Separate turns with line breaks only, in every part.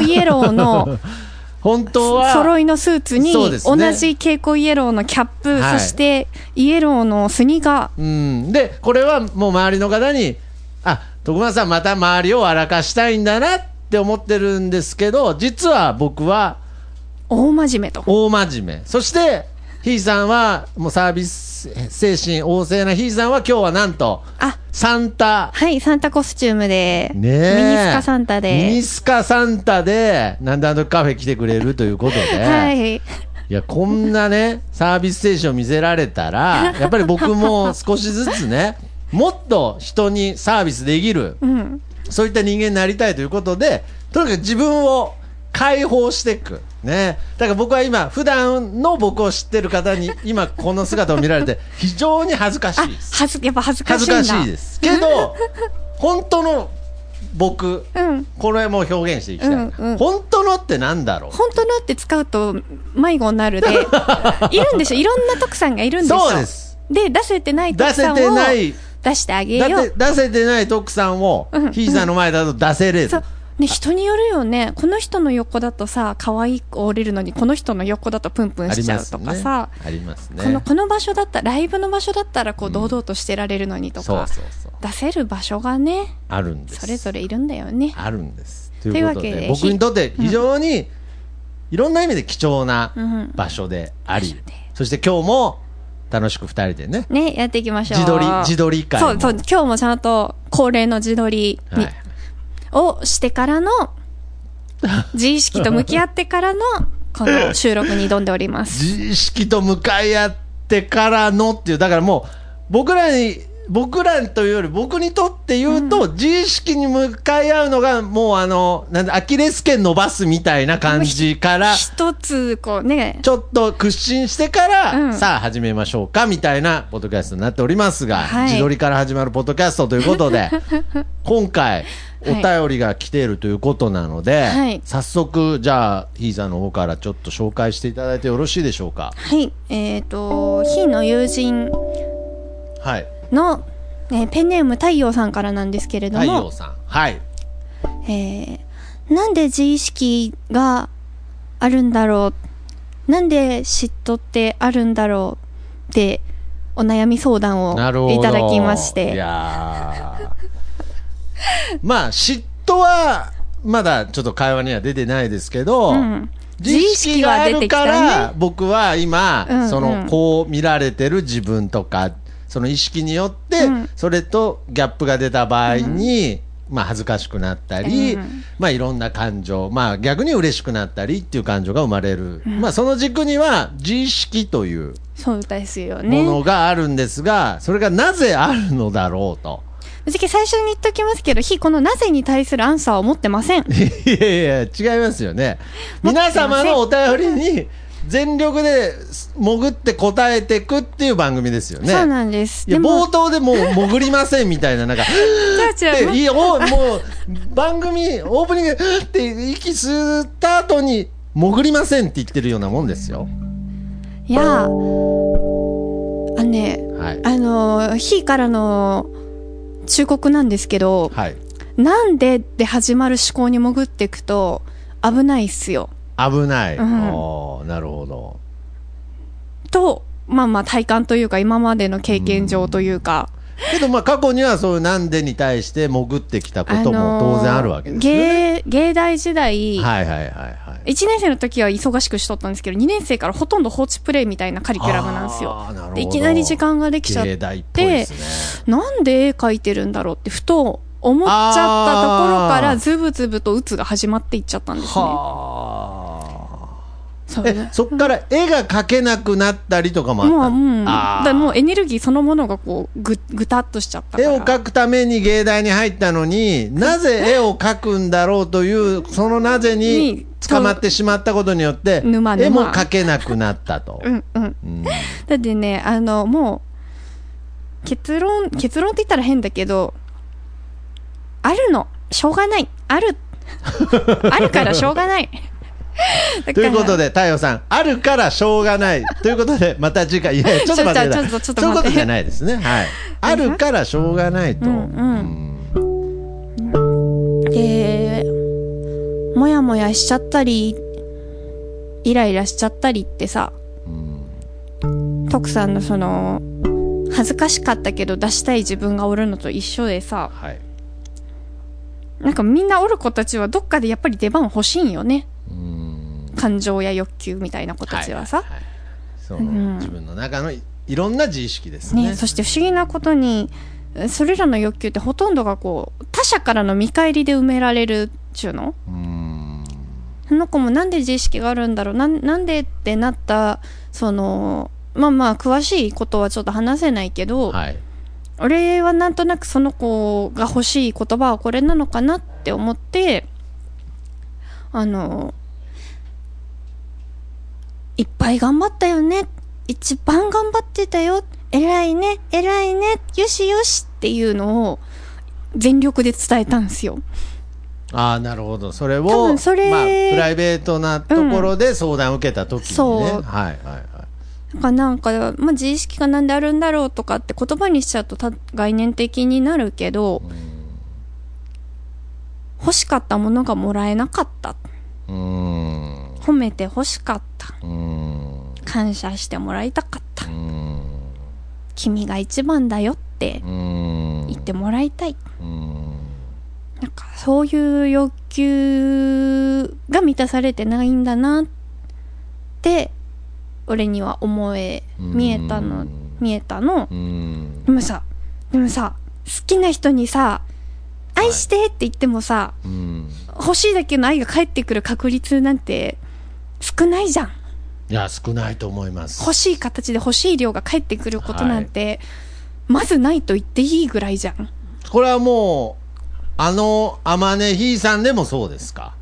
イエロー の
本当は、
揃いのスーツに、
そう
同
ですね
じ蛍光イエローのキャップ、
はい
そしてイエローのスニーカ
うん、でこれはもう周りの方にあ徳間さんまた周りを笑かしたいんだなって思ってるんですけど実は僕は
ー、大真面目と。
大真面目そしてひいさんはもうサービス精神旺盛なひいさんは今日はなんと
あ、
サンタ
はい、サンタコスチュームで、
ね
ミ
え
ニスカサンタ
ミ
で
ニ、スカサンタでなんだあのカフェ来てくれるということで、
はい、
いや、こんなね、サービス精神を見せられた ら、やっぱり僕も少しずつね、もっと人にサービスできる、
うん、
そういった人間になりたいということで、とにかく自分を解放していく。ね。だから僕は今、普段の僕を知ってる方に、今この姿を見られて、非常に恥ずかしいです。
恥ず、やっぱ恥ずか
恥
しいん
ず
だ。
かしいです。けど、本当の僕、
うん、
これも表現していきたい。
うんうん
本当のってなんだろう
本当 のって使うと迷子になるでいるんでしょいろんな徳さんがいるんでしょ
そうです。
で出せてない
出
徳
せ
さんを
てない
出してあげ
だ
よ
って
う
出せてない徳さんを
うん
ひいさんの前だと出せれ
そ
ず
うね、人によるよねこの人の横だとさ可愛い子折れるのにこの人の横だとプンプン
あ
し
り
ちゃ
ま
う
す
と
ね
かさ、
ありますね
このこの場所だったらライブの場所だったらこう堂々としてられるのにと
そ
か
う、そうそう
出せる場所がね
あるんです
それぞれいるんだよね
あるんですと
いう
いうこと
わけ
で
で
僕にとって非常にいろんな意味で貴重な
うん
場所であり
場所で
そして今日も楽しく二人でね
ねやっていきましょう
自撮り自撮り会も
そうそう今日もちゃんと恒例の自撮りに、
はい
をしてから の自意識と向き合ってからのこの収録に挑んでおり ます
自意識と向かい合ってからのっていうだからもう僕らに僕らというより僕にとって言うと、自意識に向かい合うのがもうあのなんだアキレス腱伸ばすみたいな感じから
一つこうね
ちょっと屈伸してから、
うん
さあ始めましょうかみたいなポッドキャストになっておりますが、
はい
自撮りから始まるポッドキャストということ で今回お
はい
便りが来ているということなので、
はい
早速じゃあヒーザーの方からちょっと紹介していただいてよろしいでしょうか。
はいえっ、とひの友人
はい
の、えーペンネーム太陽さんからなんですけれど
太陽
も、
さんはい
えーなんで自意識があるんだろうなんで嫉妬ってあるんだろうってお悩み相談
なるほど
をいただきまし
い
て
やー まあ嫉妬はまだちょっと会話には出てないですけど、
うん
自意識があるか
自意識が出てき
ら
たね
僕は今、
うんうん
そのこう見られてる自分とかその意識によって、
うん
それとギャップが出た場合に、まあ、恥ずかしくなったり、
うん
まあ、いろんな感情、まあ、逆に嬉しくなったりっていう感情が生まれる、まあ、その軸には自意識という
そうですよ
も
ね
のがあるんですが、それがなぜあるのだろうと。
ぶっちゃけ最初に言っときますけどひこのなぜに対するアンサーを持ってません
いやいや違いますよね皆様のお便りに全力で潜って答えていくっていう番組ですよね
そうなんです
いや
でも
冒頭でもう潜りませんみたいな なんか
違う違う
でいやおもう番組オープニングって息吸った後に潜りませんって言ってるようなもんですよ
いやあのね
はい
あのひからの忠告なんですけど
はい
なんでで始まる思考に潜っていくと危ないっすよ
危ない、
うん
おーなるほど
とまあまあ体感というか今までの経験上というか、
けどまあ過去にはそういうなんでに対して潜ってきたことも当然あるわけですよ
芸
ね、
芸大時代、
はいはいはいはい
1年生の時は忙しくしとったんですけど2年生からほとんど放置プレイみたいなカリキュラムなんですよ
あーなるほど
でいきなり時間ができちゃっ
芸
て
大っぽいですね
なんで絵描いてるんだろうってふと思っちゃったところからズブズブと鬱が始まっていっちゃったんですね
は
そ
あえ
う
そっから絵が描けなくなったりとかもあった
もう、
の
うん、だ
あー
からもうエネルギーそのものがこうぐぐたっとしちゃったか
絵
ら
を描くために芸大に入ったのになぜ絵を描くんだろうというそのなぜに
に
捕まってしまったことによって
沼沼
絵も描けなくなったと
う、んうん
うん
だってねあのもう結論結論って言ったら変だけどあるのしょうがないあ るあるからしょうがないだから
ということで太陽さんあるからしょう がないということでまた次回いやちょっと待ってください
ちょっとちょっとちょっ
そういう
と
こ
待
と
って
じゃないですねはいあるからしょうがないと、
うんうん
うん
でもやもやしちゃったりイライラしちゃったりってさ徳さんのその恥ずかしかったけど出したい自分がおるのと一緒でさ
はい
なんかみんなおる子たちはどっかでやっぱり出番欲しいんよね
うん
感情や欲求みたいな子たちはさ、
いいいその
うん
自分の中のいいろんな自意識ですね
ね、そして不思議なことにそれらの欲求ってほとんどがこう他者からの見返りで埋められるっちゅうの
うん
その子もなんで自意識があるんだろうなんなんでってなったそのまあまあ詳しいことはちょっと話せないけど、
はい
俺はなんとなくその子が欲しい言葉はこれなのかなって思ってあのいっぱい頑張ったよね一番頑張ってたよ偉いね偉いねよしよしっていうのを全力で伝えたんですよ。
ああなるほどそれ
多
を
分それ
まあ、プライベートなところで相談を受けた時にね、
そう
はいはいはい
だからなんか、まあ、自意識がなんであるんだろうとかって言葉にしちゃうとた概念的になるけど、欲しかったものがもらえなかった。
うーん
褒めて欲しかった。
うーん
感謝してもらいたかった。
うーん
君が一番だよって
うーん
言ってもらいたい。
うーん
なんかそういう欲求が満たされてないんだなって俺には思え
うん
見えたの見えたの
うーん
でもさでもさ好きな人にさ愛してって言ってもさ、
うーん
欲しいだけの愛が返ってくる確率なんて少ないじゃん
いや少ないと思います
欲しい形で欲しい量が返ってくることなんて、まずないと言っていいぐらいじゃん
これはもうあのあまねひいさんでもそうで すか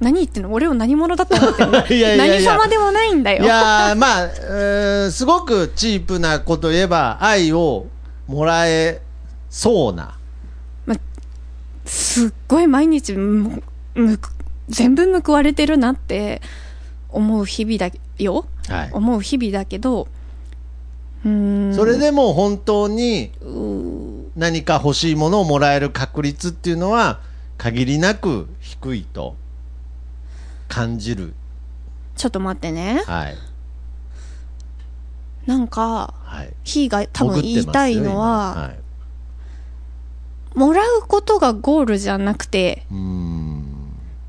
何言ってんの俺を何者だと思ってんの
いやいやいや
何様でもないんだよ
いやーまあ、えーすごくチープなこと言えば愛をもらえそうな
すっごい毎日むむく全部報われてるなって思う日々だよ、
はい
思う日々だけどうーん
それでも本当に何か欲しいものをもらえる確率っていうのは限りなく低いと感じる
ちょっと待ってね
はい
なんか
はい
ひーが多分
潜ってます
言いたいのは、
よ今はい、
もらうことがゴールじゃなくて
うーん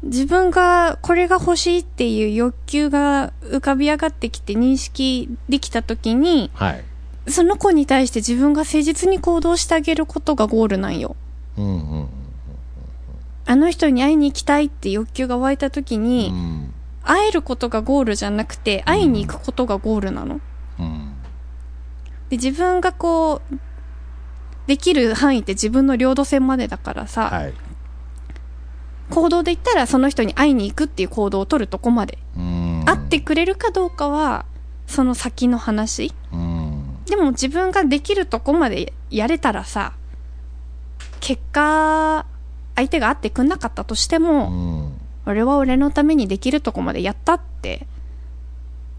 自分がこれが欲しいっていう欲求が浮かび上がってきて認識できた時に
はい
その子に対して自分が誠実に行動してあげることがゴールなんよ
うんうん
あの人に会いに行きたいって欲求が湧いた時
う
に、
ん
会えることがゴールじゃなくて、会いに行くことがゴールなの。
うん
で、自分がこう、できる範囲って自分の領土線までだからさ、
はい
行動で言ったらその人に会いに行くっていう行動を取るとこまで。
うん
会ってくれるかどうかは、その先の話。
うん
でも自分ができるとこまでやれたらさ、結果、相手が会ってくんなかったとしても、
うん
俺は俺のためにできるとこまでやったって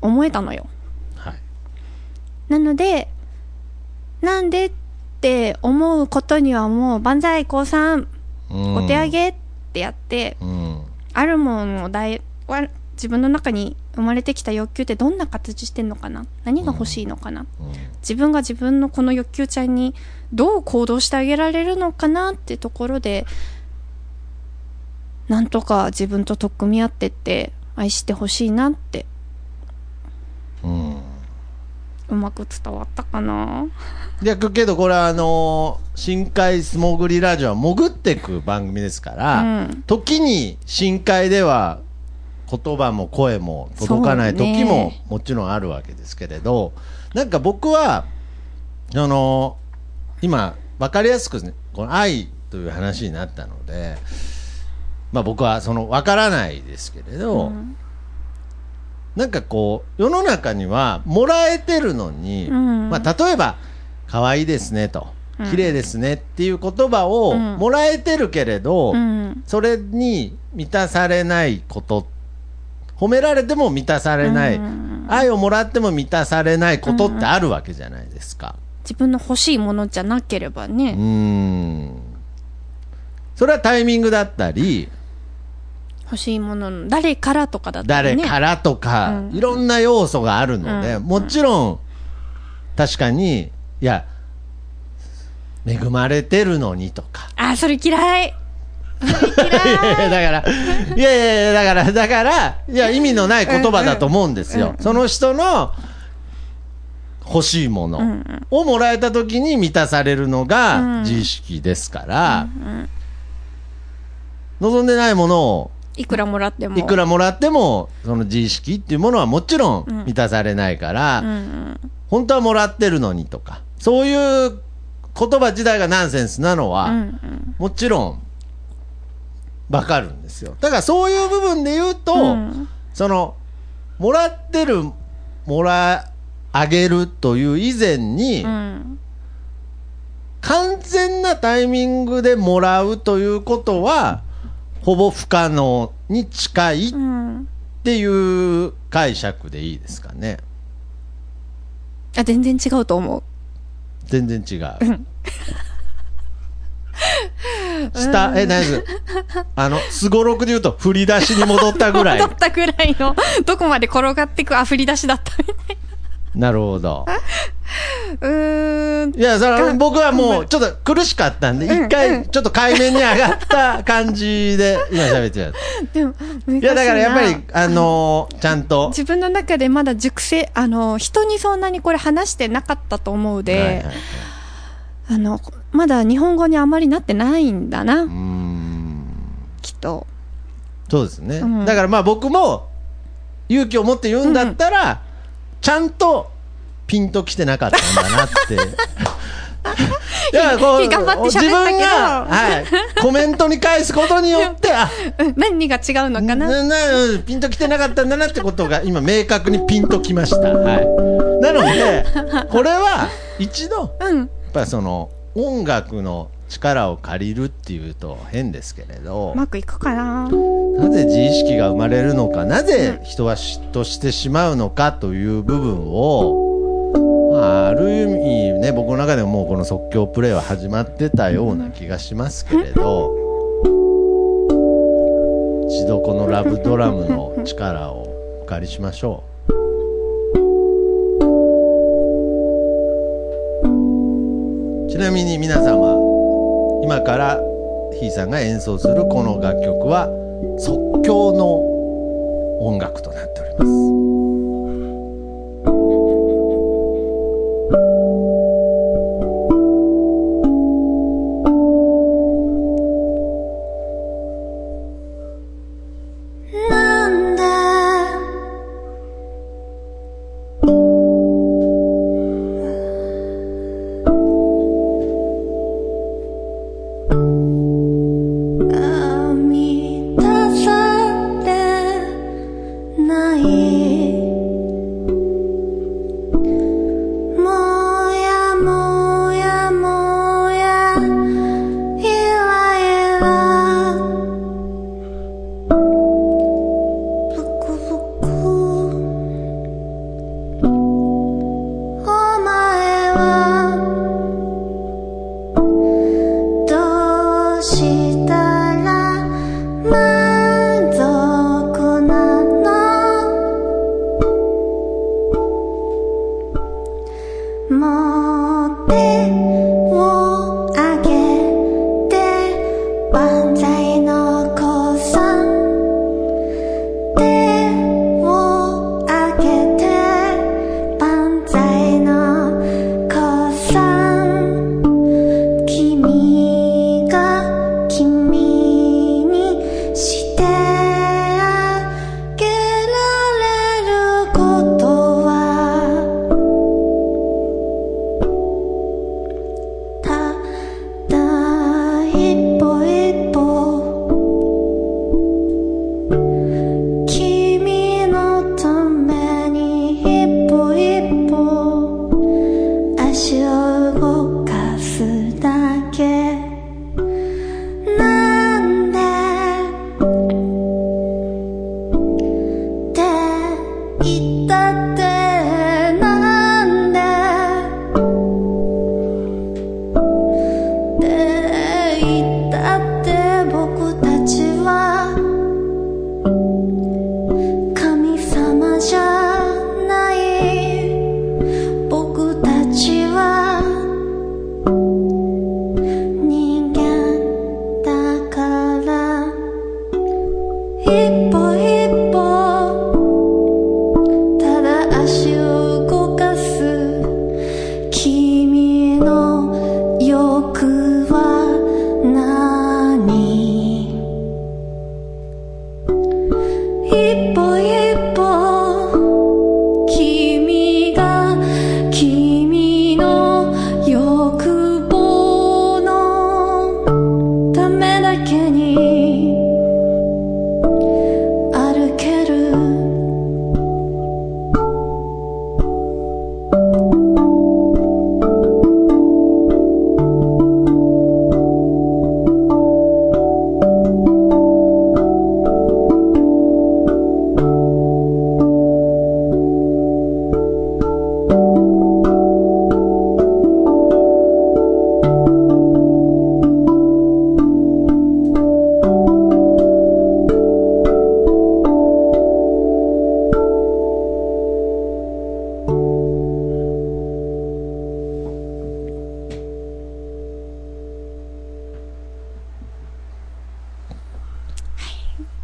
思えたのよ。
はい
なので、なんでって思うことにはもう万歳降参、
うん
お手上げってやって、
うん
あるものをだいわ自分の中に生まれてきた欲求ってどんな形してんのかな何が欲しいのかな、自分が自分のこの欲求ちゃんにどう行動してあげられるのかなってところでなんとか自分と取っ組み合ってって愛してほしいなって
うん
うまく伝わったかない
やけどこれはあのー深海素潜りラジオは潜ってく番組ですから、
うん
時に深海では言葉も声も届かない時
そう
も
ね
もちろんあるわけですけれど、なんか僕はあの今分かりやすくねこの愛という話になったので、まあ、僕はその分からないですけれど、なんかこう世の中にはもらえてるのに、
うん
まあ、例えば「可愛いですね」と「綺麗ですね」っていう言葉を
うん
もらえてるけれど、
うん
それに満たされないこと褒められても満たされない、
うん
愛をもらっても満たされないことってあるわけじゃないですか。
自分の欲しいものじゃなければね、
うーんそれはタイミングだったり
欲しいものの誰からとかだったら
誰
ね
からとか、
うん
いろんな要素があるので、
うん
もちろん確かにいや恵まれてるのにとか
あそれ嫌い
いやいや、だから、いやいやいや、だから、だから、いや、意味のない言葉だと思うんですよ。その人の欲しいものをもらえた時に満たされるのが自意識ですから、望んでないものを
いくらもらっても
いくらもらっても、その自意識っていうものはもちろん満たされないから、本当はもらってるのにとか、そういう言葉自体がナンセンスなのは、もちろん、わかるんですよ。だからそういう部分で言うと、その、もらってる、もら、あげるという以前に、
うん
完全なタイミングでもらうということは、ほぼ不可能に近いっ
うん
っていう解釈でいいですかね。
あ全然違うと思う
全然違う。下、え、何ですあの、すごろくで言うと、振り出しに戻った ぐらい
戻。ったぐらいのどこまで転がってくあふり出しだったみ たい
なるほど。
うーん
いや、それ僕はもう、ちょっと苦しかったんで、一回、ちょっと海面に上がった感じで、今喋ってる。
でも難しいない
や、だからやっぱり、あのー、ちゃんと。
自分の中でまだ熟成あの人にそんなにこれ話してなかったと思うで、
はいはい
あのまだ日本語にあまりなってないんだな、
うーん。
きっと
そうですね。
うん
だからまあ僕も、勇気を持って言うんだったら、ちゃんと、ピンときてなかったんだ なって。いやこ
頑張って喋ったけど
自分が、はい、コメントに返すことによって、あ、
うん何が違うのかな
ななうんピンときてなかったんだなってことが今明確にピンときました、はい、なのでこれは一度や
うん
っぱりその音楽の力を借りるっていうと変ですけれど
うまくいくかな
なぜ自意識が生まれるのかなぜ人は嫉妬してしまうのかという部分を、まあ、ある意味ね僕の中でももうこの即興プレイは始まってたような気がしますけれど一度このラブドラムの力をお借りしましょうちなみに皆様今からひーさんが演奏するこの楽曲は即興の音楽となっております
なんだ満たされない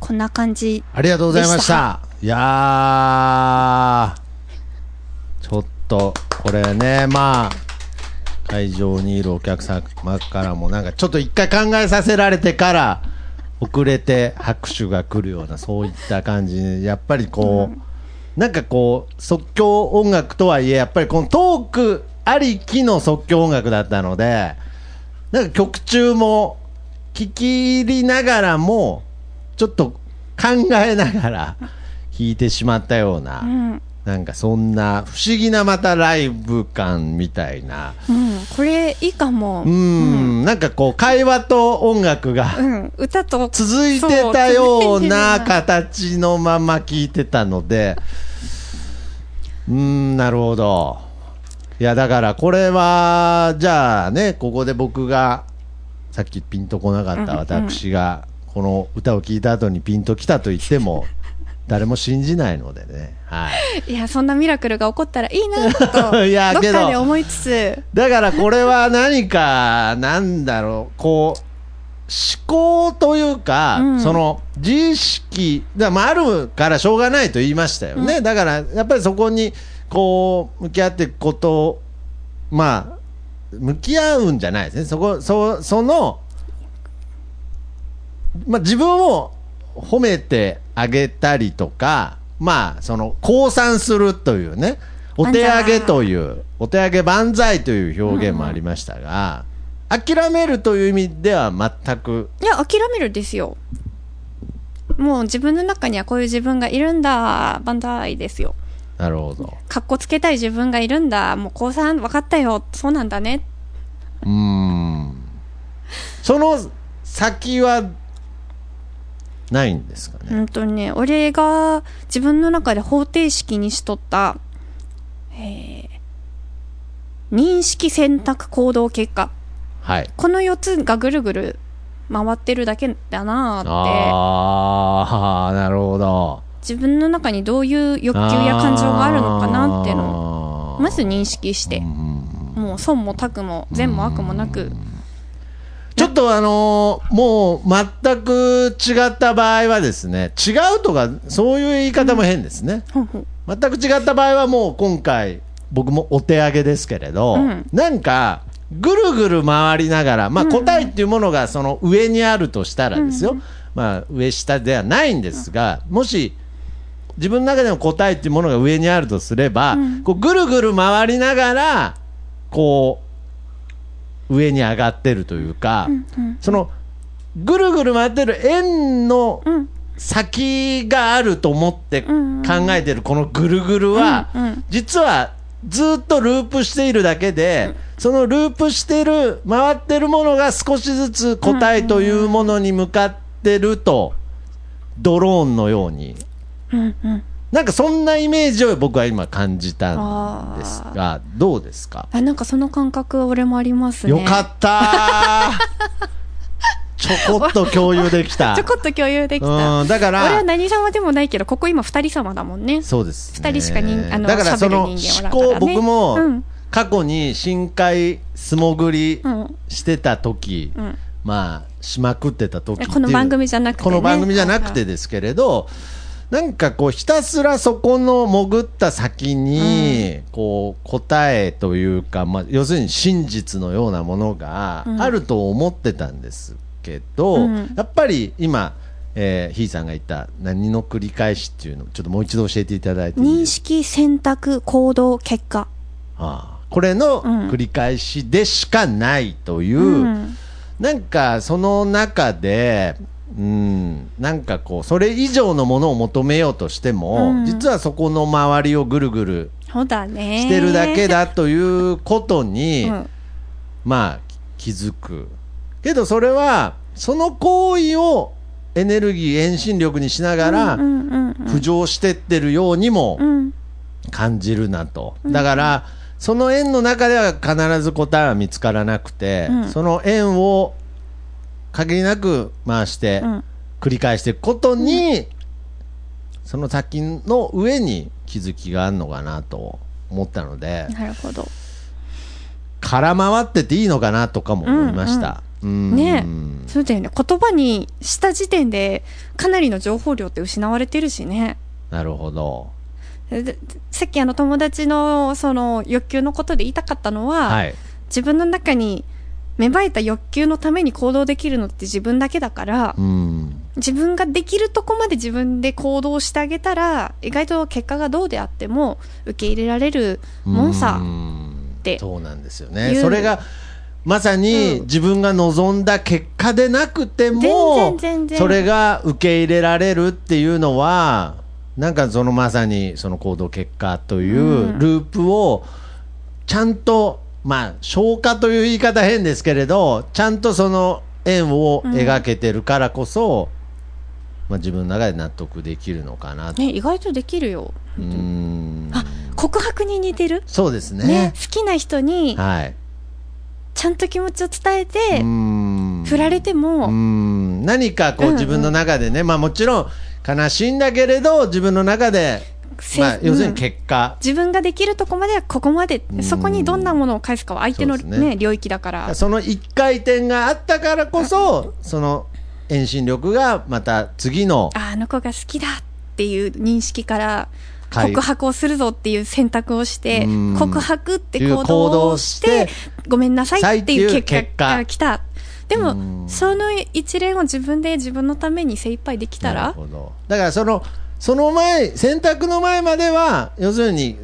こんな感じ
ありがとうございました。
でした
いやー、ちょっと、これね、まあ、会場にいるお客様からも、なんかちょっと一回考えさせられてから、遅れて拍手が来るような、そういった感じで、やっぱりこう、なんかこう、即興音楽とはいえ、やっぱりこのトークありきの即興音楽だったので、なんか曲中も聞き入りながらもちょっと考えながら弾いてしまったような、
うん、
なんかそんな不思議なまたライブ感みたいな
うん、これいいかも
うーん、なんかこう会話と音楽が
うん、歌と
続いてたような形のまま聞いてたのでうーんなるほどいやだからこれはじゃあねここで僕がさっきピンとこなかった私がこの歌を聴いた後にピンときたと言っても誰も信じないのでね、はい、
いやそんなミラクルが起こったらいいなと
いや
どっ
けど
かで思いつつ
だからこれは何かなんだろうこう思考というか、
うん
その自意識だまああるからしょうがないと言いましたよね、だからやっぱりそこにこう向き合っていくことまあ向き合うんじゃないですねそこそその、まあ、自分を褒めてあげたりとかまあその降参するというねお手上げというお手上げ万歳という表現もありましたが、諦めるという意味では全く
いや諦めるですよもう自分の中にはこういう自分がいるんだバンダイですよ
なるほど
かっこつけたい自分がいるんだもう高3分かったよそうなんだね
うーんその先はないんですかね
うんとね俺が自分の中で方程式にしとった、えー認識選択行動結果
はい
この4つがぐるぐる回ってるだけだなーって
ああなるほど
自分の中にどういう欲求や感情があるのかなっていうの
の
をまず認識してもう損も悪も善も悪もなく
ちょっとあのーもう全く違った場合はですね違うとかそういう言い方も変ですね、
ほんほん
全く違った場合はもう今回僕もお手上げですけれど、
うん
なんかぐるぐる回りながら、まあ、答えっていうものがその上にあるとしたらですよ、まあ、上下ではないんですがもし自分の中での答えっていうものが上にあるとすれば、こうぐるぐる回りながらこう上に上がってるというか、そのぐるぐる回ってる円の
うん
先があると思って考えてるこのぐるぐるは
うんうん
実はずっとループしているだけでそのループしてる回ってるものが少しずつ答えというものに向かってるとドローンのように
うんうん
なんかそんなイメージを僕は今感じたんですがどうですか
あなんかその感覚俺もありますね
よ かったーちょこっと共有できた
ちょこっと共有できた
うんだから
俺は何様でもないけどここ今二人様だもんね
そうです、
二人しか人あの
だからそ
喋
の
る
思
人間おらんか
考、
らね
僕も
うん
過去に深海素潜り
うん
してた時、
ん
まあしまくってた時っていう
この番組じゃなくてね
この番組じゃなくてですけれど、なんかこうひたすらそこの潜った先に、こう答えというか、まあ、要するに真実のようなものがあると思ってたんですけど、
うん
やっぱり今、えー、ひいさんが言った何の繰り返しっていうのをちょっともう一度教えていただいていい
認
ですか
識選択行動結果
ああこれの
うん
繰り返しでしかないという、
うん
なんかその中で、うん、なんかこうそれ以上のものを求めようとしても、
うん
実はそこの周りをぐるぐる
そうだね
してるだけだということに、
うん
まあ気づくけどそれはその行為をエネルギー遠心力にしながら
うんうん
浮上してってるようにも、
うん
感じるなとだから、その円の中では必ず答えは見つからなくて、
うん
その円を限りなく回して
うん
繰り返していくことに、その先の上に気づきがあるのかなと思ったので
なるほど
空回ってていいのかなとかも思いました、うん
ねそうだよね言葉にした時点でかなりの情報量って失われてるしね
なるほど。
でさっきあの友達のその欲求のことで言いたかったのは、
はい。
自分の中に芽生えた欲求のために行動できるのって自分だけだから、
うん。
自分ができるとこまで自分で行動してあげたら意外と結果がどうであっても受け入れられるもんさ
うん
って
そうなんですよ
い
ね。
う
それが、まさに自分が望んだ結果でなくても
全然、全然
それが受け入れられるっていうのは、なんかそのまさにその行動結果というループを、ちゃんと、まあ、消化という言い方変ですけれど、ちゃんとその円を描けてるからこそ、まあ自分の中で納得できるのかなと。
ね意外とできるよ
うん
あ告白に似てる
そうですね。
ね好きな人に
はい。
ちゃんと気持ちを伝えて
うーん
振られても、
うん何かこ
うんう
うん自分の中でね、まあもちろん悲しいんだけれど自分の中で、
せ
まあ、要するに
うん
結果、
自分ができるとこまではここまで、
ん
そこにどんなものを返すかは相手の、
そ
ね
うですね
領域だから
その一回転があったからこそその遠心力がまた次の
ああの子が好きだっていう認識から
はい
告白をするぞっていう選択をして
うん
告白って
いう
行動をし
行動
て
をし
ごめんなさいっていう
さいってい
結
う結
果
果
が来たで
う
も
ん
その一連を自分で自分のために精一杯できた
なる
ら
ほどだからそのその前選択の前までは要するに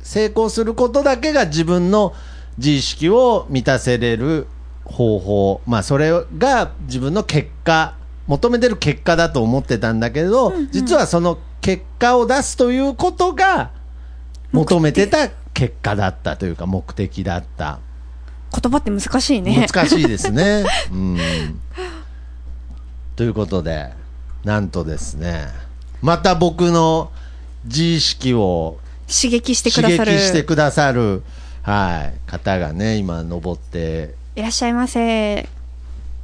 成功することだけが自分の自意識を満たせれる方法まあそれが自分の結果求めてる結果だと思ってたんだけど、実はその結果を出すということが求めてた結果だったというか目的だった、
言葉って難しいね
難しいです ね。うんということでなんとですねまた僕の自意識を
刺激してく
刺
ださる
激してくださる、はい、方がね今登って
いらっしゃいませ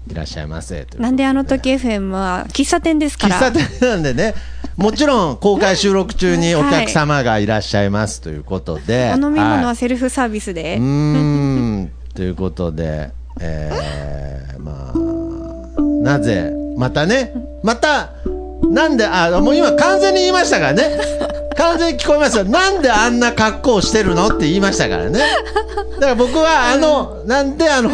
いらっしゃいませということ
なんであの時 FM は喫茶店ですか
喫
ら
茶店なんでねもちろん公開収録中にお客様がいらっしゃいますということで、
お飲み
はい
物はセルフサービスで、
うーんということで、えー、まあなぜまたねまたなんであもう今完全に言いましたからね完全に聞こえましたなんであんな格好してるのって言いましたからねだから僕はあの、なんであの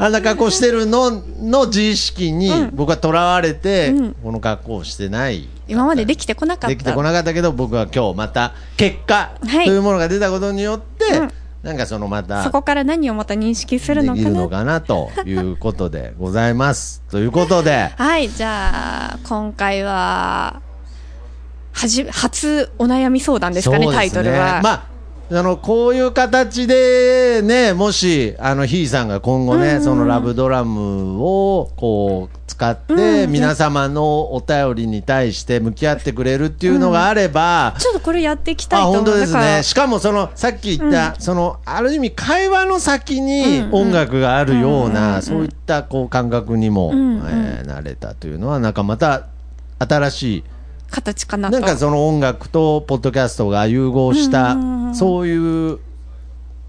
あんな格好してるのの自意識に僕はとらわれて、この格好をしてない
今までできてこなかった
できてこなかったけど僕は今日また結果と
はい
いうものが出たことによって、なんかそのまた
そこから何をまた認識するの
でき
か
る
な
のかなということでございます。というこ とで、
はいじゃあ今回ははじ初お悩み相談ですかね
そう
タイトルは、
まああのこういう形でねもしあのひいさんが今後ね、そのラブドラムをこう使って皆様のお便りに対して向き合ってくれるっていうのがあれば、
ちょっとこれやっていきたいと
あ
思う
本当です
だから
ねしかもそのさっき言った、そのある意味会話の先に音楽があるような、そういったこう感覚にも、
んうん
えー慣れたというのはなんかまた新しい
形かなと
なんかその音楽とポッドキャストが融合した、そういう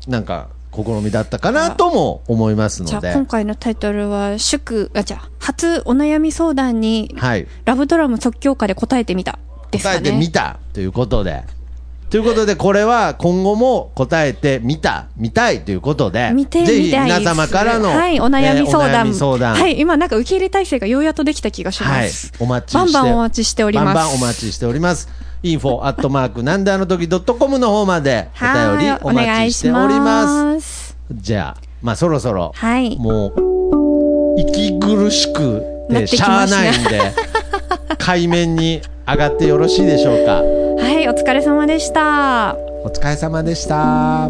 なんか試みだったかなとも思います
じゃ
の
あ
で
今回のタイトルは祝あじゃあ初お悩み相談に
はい
ラブドラム即興歌で答えてみたです
答
か
えて
ね
みたということで。ということで、これは今後も答えてみた、見たいということで、
見てみた
ぜ
い
ひ
です
皆様からの、
はい、お悩み相談,、
えーお悩み相談
はい、今なんか受け入れ体制がようやっとできた気がしま
はい
す、
お待ちして
バンバンお待ちしております
バンバンお待ちしております。info アットマークなんであの時ドットコムの方までお便り
はい
お待ちしており
お
ま
願
す。
いします
じゃあ、まあそろそろ、
はい
もう、息苦しく
なって
て
き
し
ま
ゃあ
した
ないん で、海面に上がってよろしいでしょうか。
はいお疲れ様でした
お疲れ様でした。